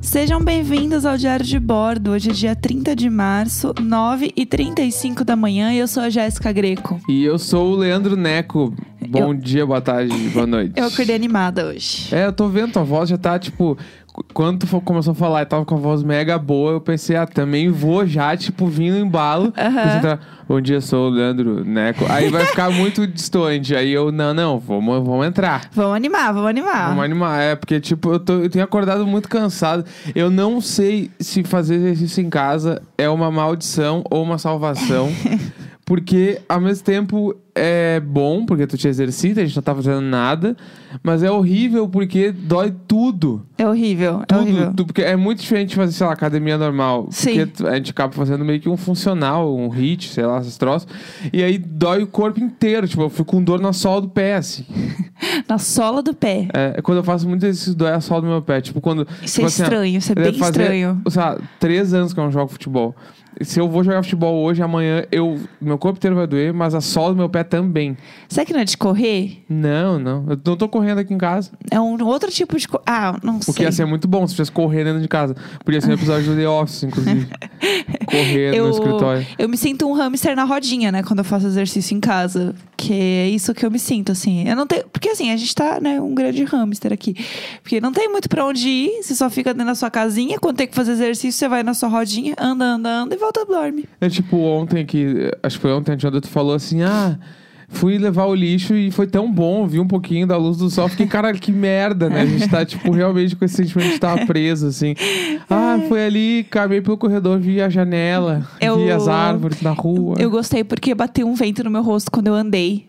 Sejam bem-vindos ao Diário de Bordo. Hoje é dia 30 de março, 9h35 da manhã. Eu sou a Jéssica Greco. E eu sou o Leandro Neco. Bom dia, boa tarde, boa noite. Eu acordei animada hoje. É, eu tô vendo, tua voz já tá tipo. cu- Quando tu fo- começou a falar e tava com a voz mega boa, eu pensei, ah, também vou já, tipo, vindo em balo. Pensei, tá, Bom dia, sou o Leandro Neco. Aí vai ficar muito distante. Aí eu, não, não, vamos, vamos entrar. Vamos animar, vamos animar. Vamos animar. É, porque, tipo, eu, tô- eu tenho acordado muito cansado. Eu não sei se fazer exercício em casa é uma maldição ou uma salvação. porque, ao mesmo tempo, é bom, porque tu te exercita, a gente não tá fazendo nada. Mas é horrível porque dói tudo. É horrível, é Tudo, horrível. tu- porque é muito diferente fazer, sei lá, academia normal. Sim. Porque tu- a gente acaba fazendo meio que um funcional, um hit, sei lá, esses troços. E aí dói o corpo inteiro. Tipo, eu fico com dor na sola do pé, assim. Na sola do pé. É, quando eu faço muito exercício, dói a sola do meu pé. Tipo, quando. Isso tipo é assim, ó, estranho, isso é deve bem fazer, estranho. Sei lá, três anos que eu não jogo futebol. Se eu vou jogar futebol hoje, amanhã, eu, meu corpo inteiro vai doer, mas a sola do meu pé também. Será que não é de correr? Não, não. Eu não tô correndo aqui em casa. É um outro tipo de. co- Ah, não O que sei. ia ser muito bom se tivesse correr dentro de casa. Podia ser um episódio do The Office, inclusive. correr eu, no escritório. eu me sinto um hamster na rodinha, né? Quando eu faço exercício em casa. Que é isso que eu me sinto, assim. Eu não tenho. Porque assim, a gente tá, né, um grande hamster aqui. Porque não tem muito pra onde ir, você só fica dentro da sua casinha. Quando tem que fazer exercício, você vai na sua rodinha, anda, anda, anda e volta e dorme. É tipo ontem que. Acho que foi ontem, anteontem, tu falou assim, ah. Fui levar o lixo e foi tão bom, vi um pouquinho da luz do sol. Fiquei, cara, que merda, né? A gente tá, tipo, realmente com esse sentimento de estar preso, assim. Ah, fui ali, caminhei pelo corredor, vi a janela, Eu- vi as árvores na rua. Eu gostei porque bateu um vento no meu rosto quando eu andei.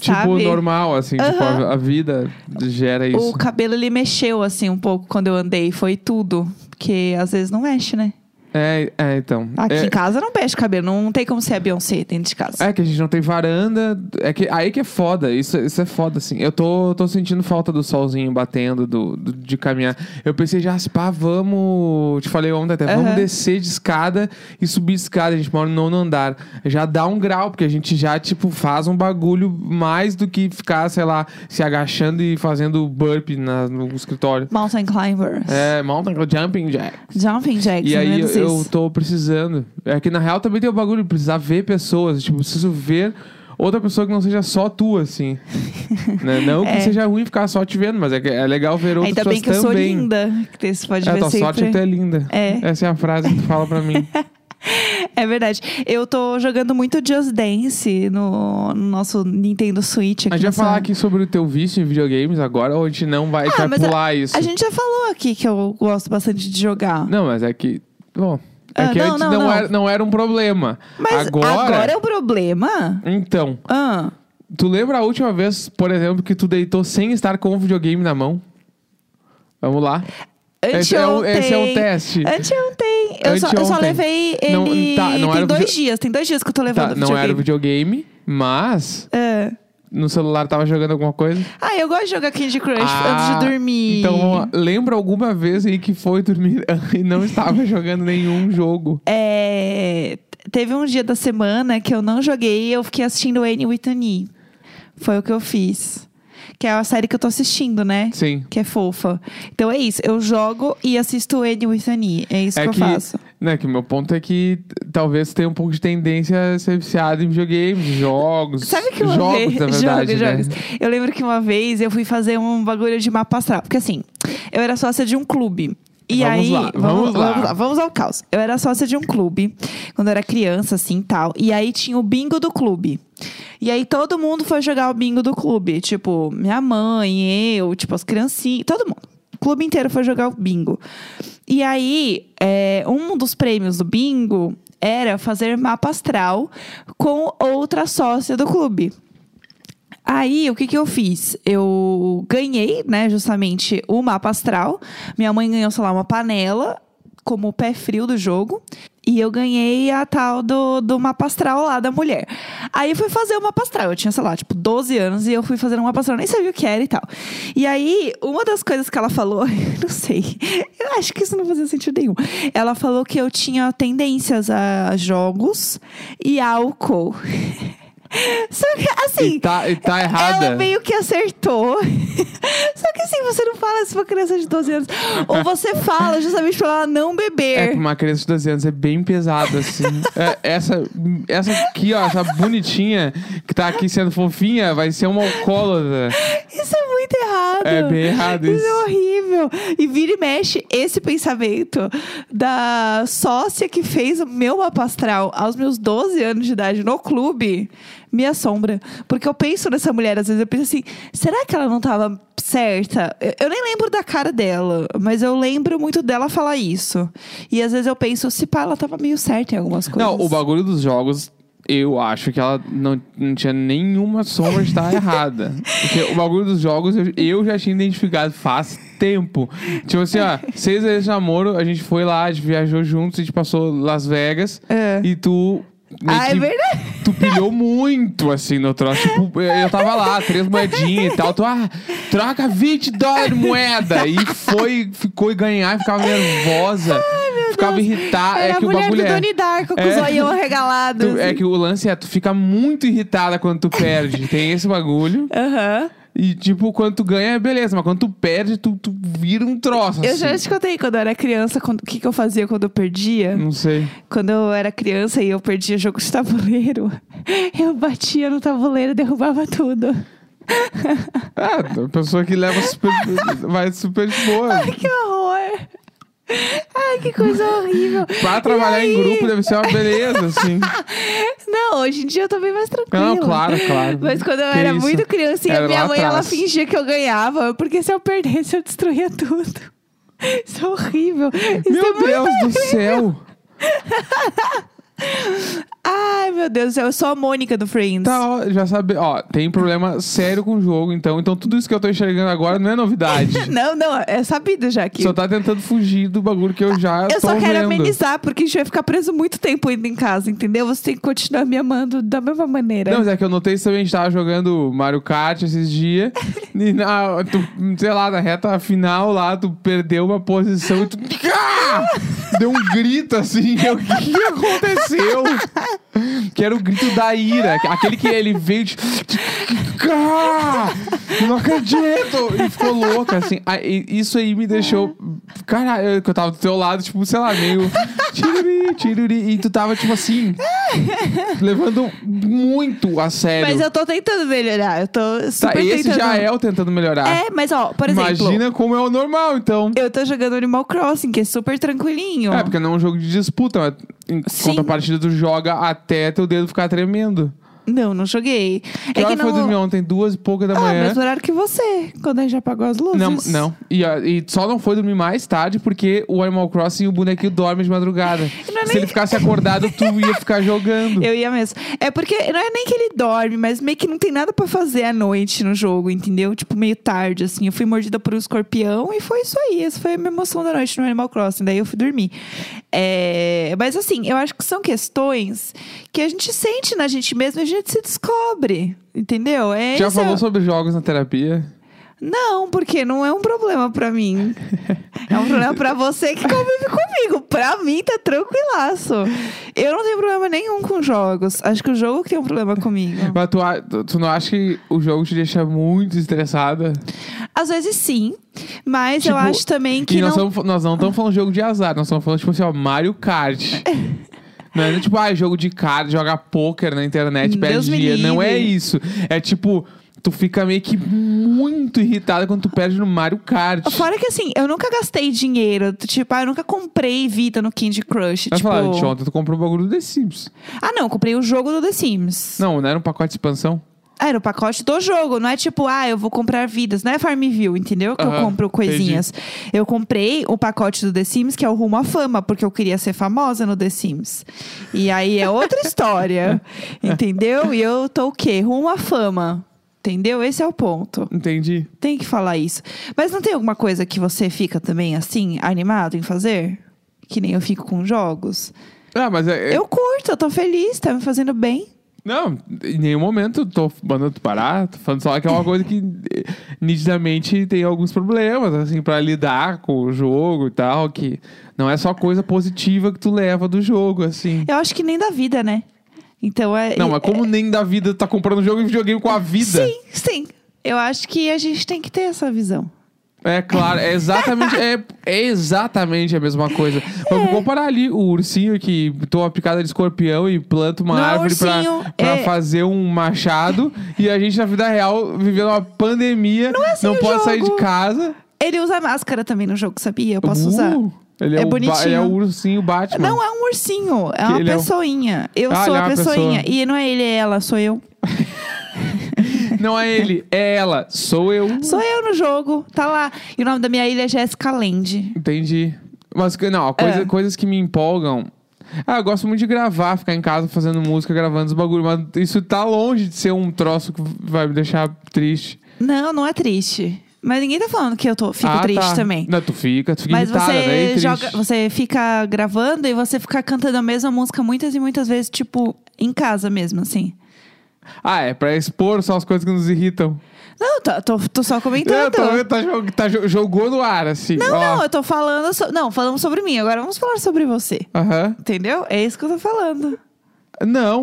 tipo, sabe? normal, assim, tipo, Aham. a, a vida gera isso. O cabelo ele mexeu assim um pouco quando eu andei, foi tudo. Porque às vezes não mexe, né? É, é, então. Aqui é, em casa não mexe o cabelo, não tem como ser a Beyoncé dentro de casa. É que a gente não tem varanda. É que aí que é foda. Isso, isso é foda, assim. Eu tô, tô sentindo falta do solzinho batendo, do, do- de caminhar. Eu pensei já, se pá, vamos. Te falei ontem até, vamos Aham. descer de escada e subir de escada. A gente mora no nono andar. Já dá um grau, porque a gente já, tipo, faz um bagulho mais do que ficar, sei lá, se agachando e fazendo burp na- no escritório. Mountain climbers. É, mountain jumping jack. Jumping jacks, E É não aí eu, menos eu isso. tô precisando. É que na real também tem o bagulho de precisar ver pessoas. Tipo, preciso ver outra pessoa que não seja só tu, assim. Né? Não que É. seja ruim ficar só te vendo, mas é, que é legal ver outras Ainda pessoas bem que eu sou também. linda, que daí você pode É, ver tua sorte é sempre. tu é linda. É. Essa é a frase que tu fala pra mim. É verdade. Eu tô jogando muito Just Dance no, no nosso Nintendo Switch aqui. A gente vai nessa- falar aqui sobre o teu vício em videogames agora, ou a gente não vai, a gente Ah, vai mas a- pular isso. A gente já falou aqui que eu gosto bastante de jogar. Não, mas é que. Bom. É Ah, que não, antes não, não, não. Era, não era um problema. Mas agora. é o problema? Então, Ah, Tu lembra a última vez, por exemplo, que tu deitou sem estar com o videogame na mão? Vamos lá. Esse é, um, anteontem- esse é um teste. Anteontem. Eu, só, eu só Anteontem. levei ele. Não- tá, não tem era o dois vide- dias, tem dois dias que eu tô levando Tá, não era o videogame. videogame, mas É. no celular tava jogando alguma coisa. Ah, eu gosto de jogar Candy Crush Ah, antes de dormir. Então, vamos lá. lembra alguma vez aí que foi dormir e não estava jogando nenhum jogo? É, teve um dia da semana que eu não joguei e eu fiquei assistindo Annie with an E. Foi o que eu fiz. Que é a série que eu tô assistindo, né? Sim. Que é fofa. Então é isso. Eu jogo e assisto Annie with an E. É isso É que, eu faço. Né, que o meu ponto é que t- talvez tenha um pouco de tendência a ser viciado em videogames, jogos. Sabe que uma jogos, vez... na verdade, Jogos, né? jogos. Eu lembro que uma vez eu fui fazer um bagulho de mapa astral. Porque assim, eu era sócia de um clube. E Vamos aí, lá, vamos lá. vamos vamos ao caos. Eu era sócia de um clube, quando eu era criança, assim, tal. E aí tinha o bingo do clube. E aí todo mundo foi jogar o bingo do clube. Tipo, minha mãe, eu, tipo, as criancinhas, todo mundo. O clube inteiro foi jogar o bingo. E aí, é, um dos prêmios do bingo era fazer mapa astral com outra sócia do clube. Aí, o que que eu fiz? Eu ganhei, né, justamente o mapa astral. Minha mãe ganhou, sei lá, uma panela, como o pé frio do jogo. E eu ganhei a tal do, do mapa astral lá da mulher. Aí eu fui fazer o mapa astral. Eu tinha, sei lá, tipo, 12 anos e eu fui fazer um mapa astral. Nem sabia o que era e tal. E aí, uma das coisas que ela falou, eu não sei, eu acho que isso não fazia sentido nenhum. Ela falou que eu tinha tendências a jogos e álcool. Só que, assim, assim. E tá, e tá errada. Ela meio que acertou. Só que assim, você não fala se for criança de 12 anos. Ou você fala justamente pra ela não É que beber. uma criança de 12 anos é bem pesada, assim. É, essa, essa aqui, ó, essa bonitinha que tá aqui sendo fofinha, vai ser uma alcoólatra. Isso é muito errado. É bem errado Isso é isso. horrível. E vira e mexe esse pensamento da sócia que fez o meu mapa astral aos meus 12 anos de idade no clube me assombra. Porque eu penso nessa mulher, às vezes eu penso assim, será que ela não tava certa? Eu- Eu nem lembro da cara dela, mas eu lembro muito dela falar isso. E às vezes eu penso, se pá, ela tava meio certa em algumas coisas. Não, o bagulho dos jogos, eu acho que ela não, não tinha nenhuma sombra de estar errada. Porque o bagulho dos jogos, eu, eu já tinha identificado faz tempo. Tipo assim, ó, seis vezes de namoro, a gente foi lá, a gente viajou juntos, a gente passou Las Vegas. É. E tu... meio Ah, é que verdade. Tu pilhou muito, assim, no troço. Tipo, eu- eu tava lá, três moedinhas e tal. Tu, ah, troca 20 dólares de moeda. E foi, ficou e ganhar, ficava nervosa. ficava irritada. Era é a que o mulher do bagulho é. Doni Darko com É. os olhão arregalados. Tu- é que o lance é, tu fica muito irritada quando tu perde. Tem esse bagulho. Aham. E, tipo, quando tu ganha, é beleza. Mas quando tu perde, tu, tu vira um troço, Eu assim. já te contei quando eu era criança, quando- o que, que eu fazia quando eu perdia? Não sei. Quando eu era criança e eu perdia jogo de tabuleiro, eu batia no tabuleiro e derrubava tudo. Ah, a pessoa que leva super... vai super de boa. Ai, que horror! Ai, que coisa horrível! Pra E trabalhar em aí- grupo né? deve ser uma beleza, assim. Não, hoje em dia eu tô bem mais tranquila. Não, claro, claro. Mas quando eu Que era isso? muito criancinha, Era minha lá mãe ela atrás. fingia que eu ganhava, porque se eu perdesse eu destruía tudo. Isso é horrível. Isso é Meu muito Deus do céu! Ai, meu Deus do céu, eu sou a Mônica do Friends. Tá, ó, já sabe. Ó, tem problema sério com o jogo, então. Então tudo isso que eu tô enxergando agora não é novidade. Não, não, é sabido já que. Só tá tentando fugir do bagulho que eu já Eu tô só quero vendo. amenizar, porque a gente vai ficar preso muito tempo indo em casa, entendeu? Você tem que continuar me amando da mesma maneira. Não, mas é que eu notei isso também, a gente tava jogando Mario Kart esses dias. e na, tu, sei lá, na reta final lá, tu perdeu uma posição e tu. Ah! Deu um grito assim. eu, O que, que aconteceu? Que era o grito da ira. Aquele que ele veio de. Ah! Não acredito! E ficou louca, assim. Aí, Isso aí me deixou. Caralho, eu- que eu tava do teu lado, tipo, sei lá, meio. Tiruri, tiruri. E tu tava, tipo assim. Levando muito a sério. mas eu tô tentando melhorar. Eu tô super Tá, esse tentando. já é o tentando melhorar. É, mas ó, por exemplo, Imagina como é o normal, então. eu tô jogando Animal Crossing, que é super tranquilinho. É, porque não é um jogo de disputa, mas em Sim. contrapartida tu joga até teu dedo ficar tremendo. Não, não joguei. Que é hora que foi dormir não. ontem? Duas e pouca da Ah, manhã. mesmo horário que você, quando a gente apagou as luzes. Não, não. E, ó, e só não foi dormir mais tarde porque o Animal Crossing o bonequinho dorme de madrugada. Não é Se nem- ele ficasse acordado, tu ia ficar jogando. Eu ia mesmo. É porque não é nem que ele dorme, mas meio que não tem nada pra fazer à noite no jogo, entendeu? Tipo, meio tarde, assim. Eu fui mordida por um escorpião e foi isso aí. Essa foi a minha emoção da noite no Animal Crossing. Daí eu fui dormir. É, Mas assim, eu acho que são questões que a gente sente na gente mesmo e a gente se descobre. Entendeu? É Já isso é- falou sobre jogos na terapia? Não, porque não é um problema pra mim. É um problema pra você que convive comigo. Pra mim tá tranquilaço. Eu não tenho problema nenhum com jogos. Acho que o jogo que tem um problema comigo. Mas tu, a- tu- tu não acha que o jogo te deixa muito estressada? Às vezes sim, mas eu Tipo, acho também que e não. nós, tamo- nós não estamos falando jogo de azar, nós estamos falando, tipo assim, ó, Mario Kart. Não é tipo, ah, jogo de card, joga pôquer na internet, perde Deus me dia. Não é livre. isso. É tipo, tu fica meio que muito irritada quando tu perde no Mario Kart. Fora que assim, eu nunca gastei dinheiro. Tipo, ah, eu nunca comprei vida no Candy Crush. Vai tipo... falar, gente, ontem tu comprou o bagulho do The Sims. Ah, não, eu comprei o jogo do The Sims. Não, não era um pacote de expansão? Ah, Era o pacote do jogo, não é tipo, ah, eu vou comprar vidas. Não é Farmville, entendeu? Que eu Aham, compro coisinhas. Eu comprei o pacote do The Sims, que é o rumo à fama, porque eu queria ser famosa no The Sims. E aí é outra história, entendeu? E eu tô o quê? Rumo à fama. Entendeu? Esse é o ponto. Entendi. Tem que falar isso. Mas não tem alguma coisa que você fica também, assim, animado em fazer? Que nem eu fico com jogos? Ah, mas é. é- Eu curto, eu tô feliz, tá me fazendo bem. Não, em nenhum momento eu tô mandando tu parar, tô falando só que é uma coisa que eh, nitidamente tem alguns problemas, assim, pra lidar com o jogo e tal, que não é só coisa positiva que tu leva do jogo, assim. Eu acho que nem da vida, né? Então é. Não, mas como nem da vida tá comprando jogo e videogame com a vida? Sim, sim. Eu acho que a gente tem que ter essa visão. É claro, é exatamente, é, é exatamente a mesma coisa. É. Vamos comparar ali o ursinho que toma picada de escorpião e planta uma Não é árvore pra- ursinho, pra, é- fazer um machado. e a gente, na vida real, vivendo uma pandemia, não, assim o pode sair de jogo. casa. Ele usa máscara também no jogo, sabia? Eu posso Uh, usar. Ele é, É o ba- bonitinho. ele é o ursinho Batman. Não é um ursinho, é uma ele é um- pessoinha. Eu Ah, sou ele é a uma pessoinha. E não é ele, é ela, sou eu. Não é ele, é ela. Sou eu. Sou eu no jogo, tá lá. E o nome da minha ilha é Jéssica Land. Entendi. Mas, que- não, coisa- É. coisas que me empolgam. Ah, eu gosto muito de gravar, ficar em casa fazendo música, gravando os bagulho, mas isso tá longe de ser um troço que vai me deixar triste. Não, não é triste. Mas ninguém tá falando que eu tô, fico Ah, triste tá. também. Não, tu fica, tu fica Mas irritada, né? E você triste. joga, você fica gravando e você fica cantando a mesma música muitas e muitas vezes, tipo, em casa mesmo, assim. Ah, é pra expor só as coisas que nos irritam. Não, tá, tô, tô- tô só É, comentando. tá, vendo? tá, jo- tá jo- jogou no ar, assim. Então, Não, ó. não, eu tô falando. so- Não, falamos sobre mim, agora vamos falar sobre você. Aham. Entendeu? É isso que eu tô falando. Não.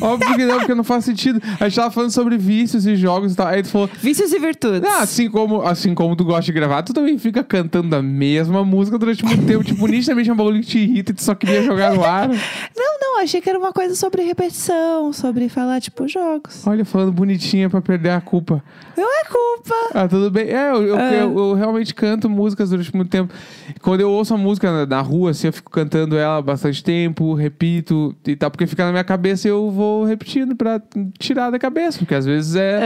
Óbvio que não, porque não faz sentido. A gente tava falando sobre vícios e jogos e tal. Aí tu falou, Vícios e virtudes. Ah, assim como, assim como tu gosta de gravar, tu também fica cantando a mesma música durante muito tempo. tipo, nitidamente é um bagulho que te irrita e tu só queria jogar no ar. Não, não, achei que era uma coisa sobre repetição, sobre falar, tipo, jogos. Olha, falando bonitinha pra perder a culpa. Não é culpa. Ah, tudo bem. É, eu, eu, Ah. eu- eu realmente canto músicas durante muito tempo. Quando eu ouço a música na, na rua, assim, eu fico cantando ela bastante tempo, repito e tal, porque fica na minha cabeça e eu vou repetindo pra tirar da cabeça, porque às vezes é.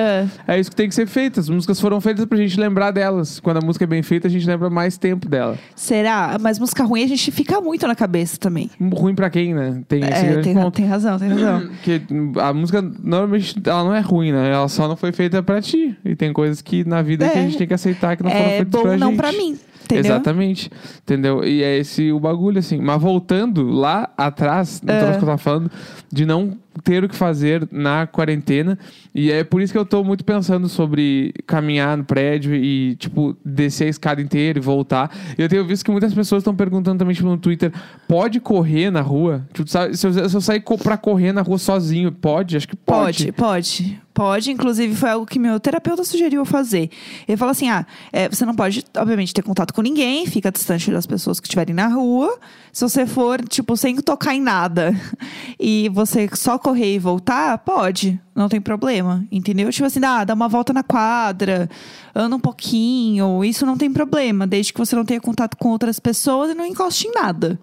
É. É isso que tem que ser feito. As músicas foram feitas pra gente lembrar delas. Quando a música é bem feita, a gente lembra mais tempo dela. Será? Mas música ruim a gente fica muito na cabeça também. ruim pra quem, né? Tem esse É, grande tem, ponto. tem razão, tem razão. Que a música, normalmente, ela não é ruim, né? Ela só não foi feita pra ti. E tem coisas que na vida que a É. gente tem que aceitar que não foram é feitas bom pra não gente. pra mim, entendeu? Exatamente. Entendeu? E é esse o bagulho, assim. Mas voltando lá atrás, no É. troço que eu tava falando, de não ter o que fazer na quarentena. E é por isso que eu tô muito pensando sobre caminhar no prédio e, tipo, descer a escada inteira e voltar. E eu tenho visto que muitas pessoas estão perguntando também, tipo, no Twitter, pode correr na rua? Tipo, sabe, se, eu, se eu sair co- pra correr na rua sozinho, pode? Acho que pode. Pode, pode. Pode, inclusive foi algo que meu terapeuta sugeriu eu fazer. Ele falou assim: ah, é, você não pode, obviamente, ter contato com ninguém, fica distante das pessoas que estiverem na rua. Se você for, tipo, sem tocar em nada e você só correr e voltar, pode, não tem problema, entendeu? Tipo assim, ah, dá uma volta na quadra, anda um pouquinho, isso não tem problema, desde que você não tenha contato com outras pessoas e não encoste em nada.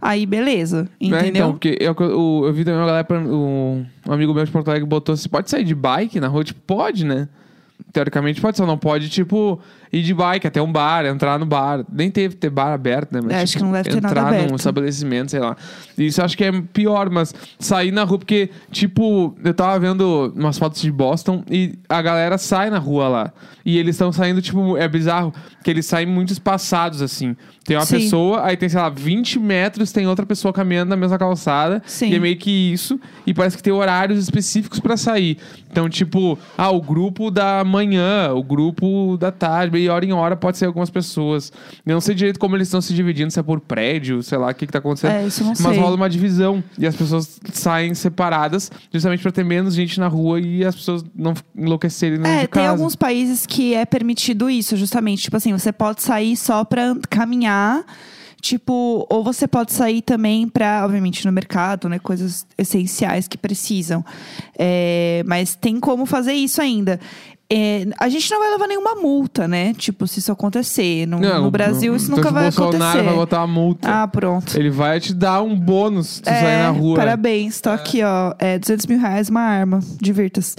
Aí, beleza, Né? entendeu? Então, porque eu, eu, eu vi também uma galera, pra- um, um amigo meu de Porto Alegre botou assim, pode sair de bike na rua? Tipo, pode, né? Teoricamente pode, só não pode, tipo, ir de bike até um bar, entrar no bar. Nem teve que ter bar aberto, né? Mas, É, acho tipo, que não deve ter nada entrar num aberto. estabelecimento, sei lá. Isso eu acho que é pior, mas sair na rua, porque, tipo, eu tava vendo umas fotos de Boston e a galera sai na rua lá. E eles estão saindo, tipo, é bizarro, que eles saem muito espaçados, assim. Tem uma Sim. pessoa, aí tem, sei lá, 20 metros, tem outra pessoa caminhando na mesma calçada. Sim. E é meio que isso. E parece que tem horários específicos pra sair. Então, tipo, ah, o grupo da manhã, o grupo da tarde, e hora em hora pode ser algumas pessoas. Eu não sei direito como eles estão se dividindo, se é por prédio, sei lá, o que, que tá acontecendo. É, isso eu não Mas sei. rola uma divisão. E as pessoas saem separadas, justamente pra ter menos gente na rua e as pessoas não f- enlouquecerem dentro É, de tem casa. alguns países que é permitido isso, justamente. Tipo assim, você pode sair só pra and- caminhar. Tipo, ou você pode sair também pra, obviamente, no mercado, né? Coisas essenciais que precisam. É, mas tem como fazer isso ainda. É, a gente não vai levar nenhuma multa, né? Tipo, se isso acontecer. No, Não, no Brasil, isso então nunca se vai o Bolsonaro acontecer. vai botar uma multa. Ah, pronto. Ele vai te dar um bônus se tu sair É, na rua. Parabéns, tô aqui, ó. É, 200 mil reais, uma arma. Divirta-se.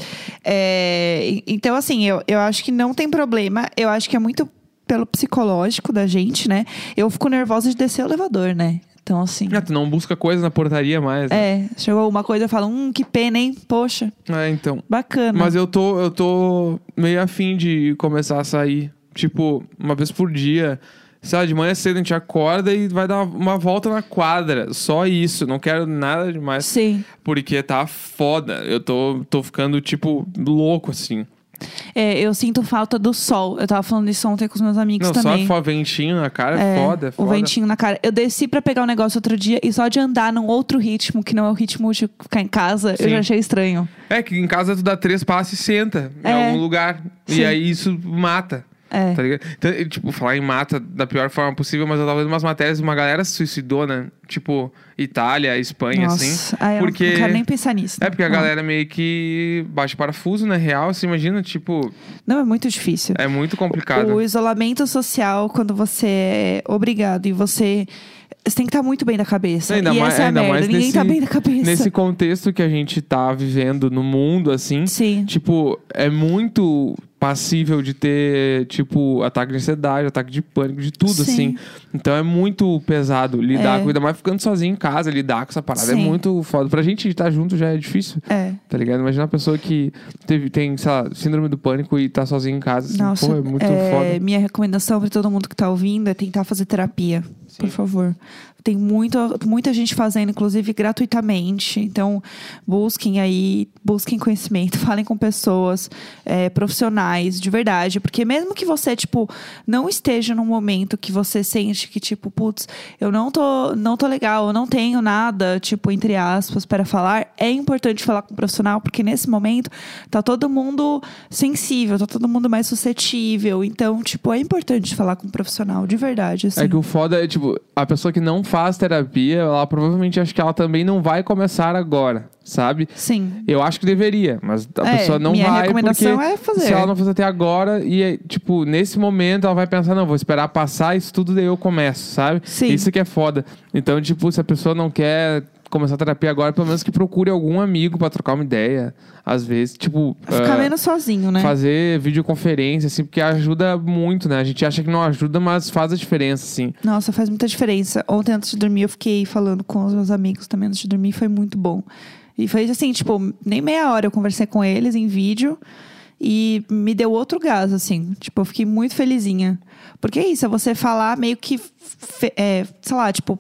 É, e- então, assim, eu, eu acho que não tem problema. Eu acho que é muito pelo psicológico da gente, né? Eu fico nervosa de descer o elevador, né? Então, assim. Ah, tu não busca coisa na portaria mais. né? É, chegou uma coisa, eu falo, hum, que pena, hein? Poxa, É, então. bacana. Mas eu tô, eu tô meio afim de começar a sair. Tipo, uma vez por dia. Sei lá, de manhã cedo a gente acorda e vai dar uma volta na quadra. Só isso. Não quero nada demais. Sim. Porque tá foda. Eu tô, tô ficando, tipo, louco, assim. É, eu sinto falta do sol. Eu tava falando isso ontem com os meus amigos Não, também. só fo- ventinho na cara é, É, foda, é foda. O ventinho na cara. Eu desci pra pegar um negócio outro dia e só de andar num outro ritmo, que não é o ritmo de ficar em casa, eu Sim. já achei estranho. É que em casa tu dá três passos e senta em É. algum lugar. Sim. E aí isso mata. É. Tá ligado? Então, e, tipo, falar em mata da pior forma possível, mas eu tava vendo umas matérias de uma galera se suicidou, né? Tipo, Itália, Espanha, assim. Nossa, ai, eu porque- não quero nem pensar nisso. né? É porque a Não. galera meio que baixa o parafuso, né? Real, você imagina, tipo, Não, é muito difícil. é muito complicado. O isolamento social, quando você é obrigado e você. Você tem que estar muito bem da cabeça. Ainda e mais- essa é a ainda merda. mais Ninguém tá nesse- bem da cabeça. Nesse contexto que a gente tá vivendo no mundo, assim, Sim. tipo, é muito passível de ter, tipo, ataque de ansiedade, ataque de pânico, de tudo, Sim. assim. Então é muito pesado lidar É. com, ainda mais ficando sozinho em casa, lidar com essa parada. É Sim. muito foda. Pra gente estar junto já é difícil, É. tá ligado? Imagina uma pessoa que teve, tem, sei lá, síndrome do pânico e tá sozinha em casa. Assim, Nossa, pô, é muito é, foda. minha recomendação pra todo mundo que tá ouvindo é tentar fazer terapia, por favor. Tem muita, muita gente fazendo, inclusive gratuitamente. Então, busquem aí, busquem conhecimento, falem com pessoas é, profissionais, de verdade. Porque mesmo que você, tipo, não esteja num momento que você sente que, tipo, putz, eu não tô, não tô legal, eu não tenho nada, tipo, entre aspas, para falar, é importante falar com o profissional, porque nesse momento tá todo mundo sensível, tá todo mundo mais suscetível. Então, tipo, é importante falar com o profissional, de verdade, assim. É que o foda é, tipo, a pessoa que não faz terapia, ela provavelmente acha que ela também não vai começar agora, sabe? Sim. Eu acho que deveria, mas a É, pessoa não minha vai recomendação porque é fazer. se ela não fazer até agora e é, tipo nesse momento ela vai pensar não vou esperar passar isso tudo daí eu começo, sabe? Sim. Isso que é foda. Então tipo se a pessoa não quer começar a terapia agora pelo menos que procure algum amigo pra trocar uma ideia, às vezes tipo Ficar ah, menos sozinho, né? fazer videoconferência assim porque ajuda muito, né? A gente acha que não ajuda, mas faz a diferença assim. Nossa, faz muita diferença. Ontem, antes de dormir, eu fiquei falando com os meus amigos também antes de dormir. Foi muito bom. E foi assim, tipo, nem meia hora eu conversei com eles em vídeo. E me deu outro gás, assim. Tipo, eu fiquei muito felizinha. Porque é isso, é você falar meio que, fe- é, sei lá, tipo,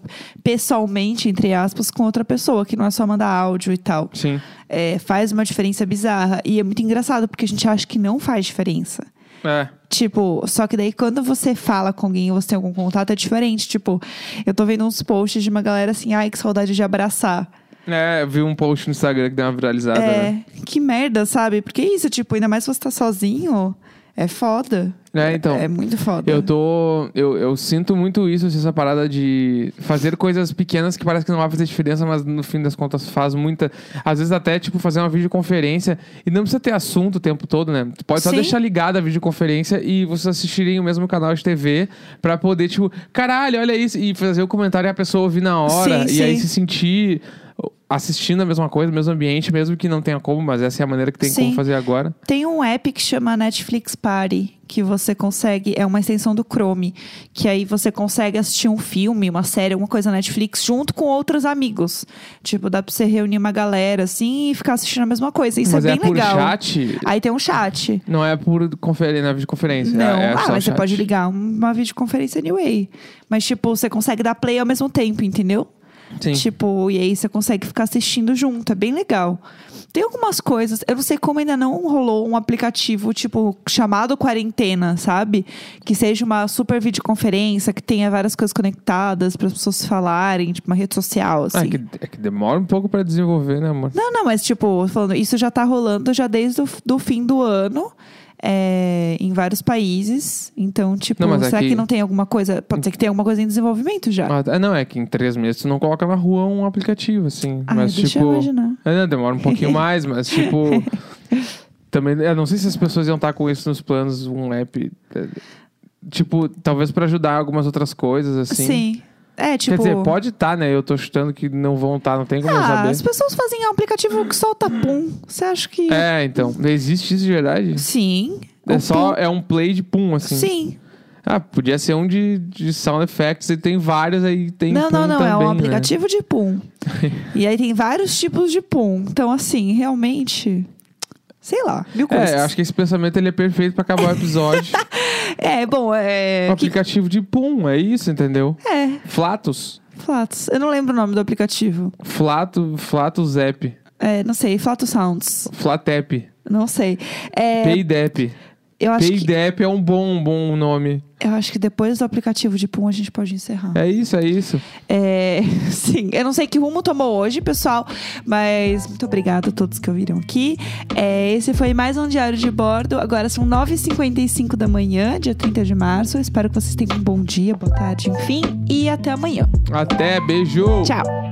pessoalmente, entre aspas, com outra pessoa, que não é só mandar áudio e tal. Sim. É, faz uma diferença bizarra. E é muito engraçado, porque a gente acha que não faz diferença. É. Tipo, só que daí quando você fala com alguém ou você tem algum contato, é diferente. Tipo, eu tô vendo uns posts de uma galera assim, ai, que saudade de abraçar. É, eu vi um post no Instagram que deu uma viralizada, né? É, que merda, sabe? Porque isso, tipo, ainda mais se você tá sozinho, é foda. É, então. é muito foda. Eu tô. Eu, eu sinto muito isso, assim, essa parada de fazer coisas pequenas que parece que não vai fazer diferença, mas no fim das contas faz muita. Às vezes até, tipo, fazer uma videoconferência e não precisa ter assunto o tempo todo, né? Tu pode só Sim. deixar ligada a videoconferência e vocês assistirem o mesmo canal de TV pra poder, tipo, caralho, olha isso. E fazer o comentário e a pessoa ouvir na hora. Sim, e sim. aí se sentir. Assistindo a mesma coisa, o mesmo ambiente, mesmo que não tenha como, mas essa é a maneira que tem Sim. como fazer agora. Tem um app que chama Netflix Party, que você consegue. É uma extensão do Chrome, que aí você consegue assistir um filme, uma série, alguma coisa na Netflix, junto com outros amigos. Tipo, dá pra você reunir uma galera assim e ficar assistindo a mesma coisa. Isso mas é é, bem por legal. chat, Aí tem um chat. Não é por conferência, na videoconferência. Não, é, é ah, só mas você chat. pode ligar uma videoconferência anyway. Mas, tipo, você consegue dar play ao mesmo tempo, entendeu? Sim. Tipo, e aí você consegue ficar assistindo junto, é bem legal. Tem algumas coisas, eu não sei como ainda não rolou um aplicativo, tipo, chamado Quarentena, sabe? Que seja uma super videoconferência, que tenha várias coisas conectadas para as pessoas falarem, tipo, uma rede social, assim. Ah, é, que, é que demora um pouco pra desenvolver, né, amor? Não, não, mas tipo, falando, isso já tá rolando já desde o f- do fim do ano. é, em vários países. Então, tipo, Não, mas será aqui- que não tem alguma coisa? Pode ser que tenha alguma coisa em desenvolvimento já. Ah, tá. não, é que em três meses tu não coloca na rua um aplicativo, assim. Ah, mas, deixa eu tipo. imaginar. É, não, demora um pouquinho mais, mas, tipo. Também, eu não sei se as pessoas iam estar com isso nos planos, um app. eh, Tipo, talvez pra ajudar algumas outras coisas, assim. Sim. É, tipo. Quer dizer, pode estar, né? Eu tô chutando que não vão estar, não tem como eu Ah, saber. as pessoas fazem um aplicativo que solta pum. Você acha que. É, então. Existe isso de verdade? Sim. É O só. pum- É um play de pum, assim. Sim. Ah, podia ser um de, de sound effects e tem vários aí, tem Não, não, Pum não. também, é um né? aplicativo de pum. e aí tem vários tipos de pum. Então, assim, realmente. Sei lá, mil coisas. É, eu acho que esse pensamento ele é perfeito pra acabar o episódio. É, bom, é. um que- aplicativo de pum, é isso, entendeu? É, Flatos. Flatos. Eu não lembro o nome do aplicativo. Flato, Flatos app. É, não sei, Flatos Sounds. Flatep. Não sei. É, Paydep. eu, acho que, Paydep é um bom, bom nome. eu acho que depois do aplicativo de Pum a gente pode encerrar. É isso, é isso. É, sim, eu não sei que rumo tomou hoje, pessoal, mas muito obrigada a todos que ouviram aqui. É, esse foi mais um Diário de Bordo. Agora são 9h55 da manhã, dia 30 de março. Eu espero que vocês tenham um bom dia, boa tarde, enfim. E até amanhã. Até, beijo! Tchau!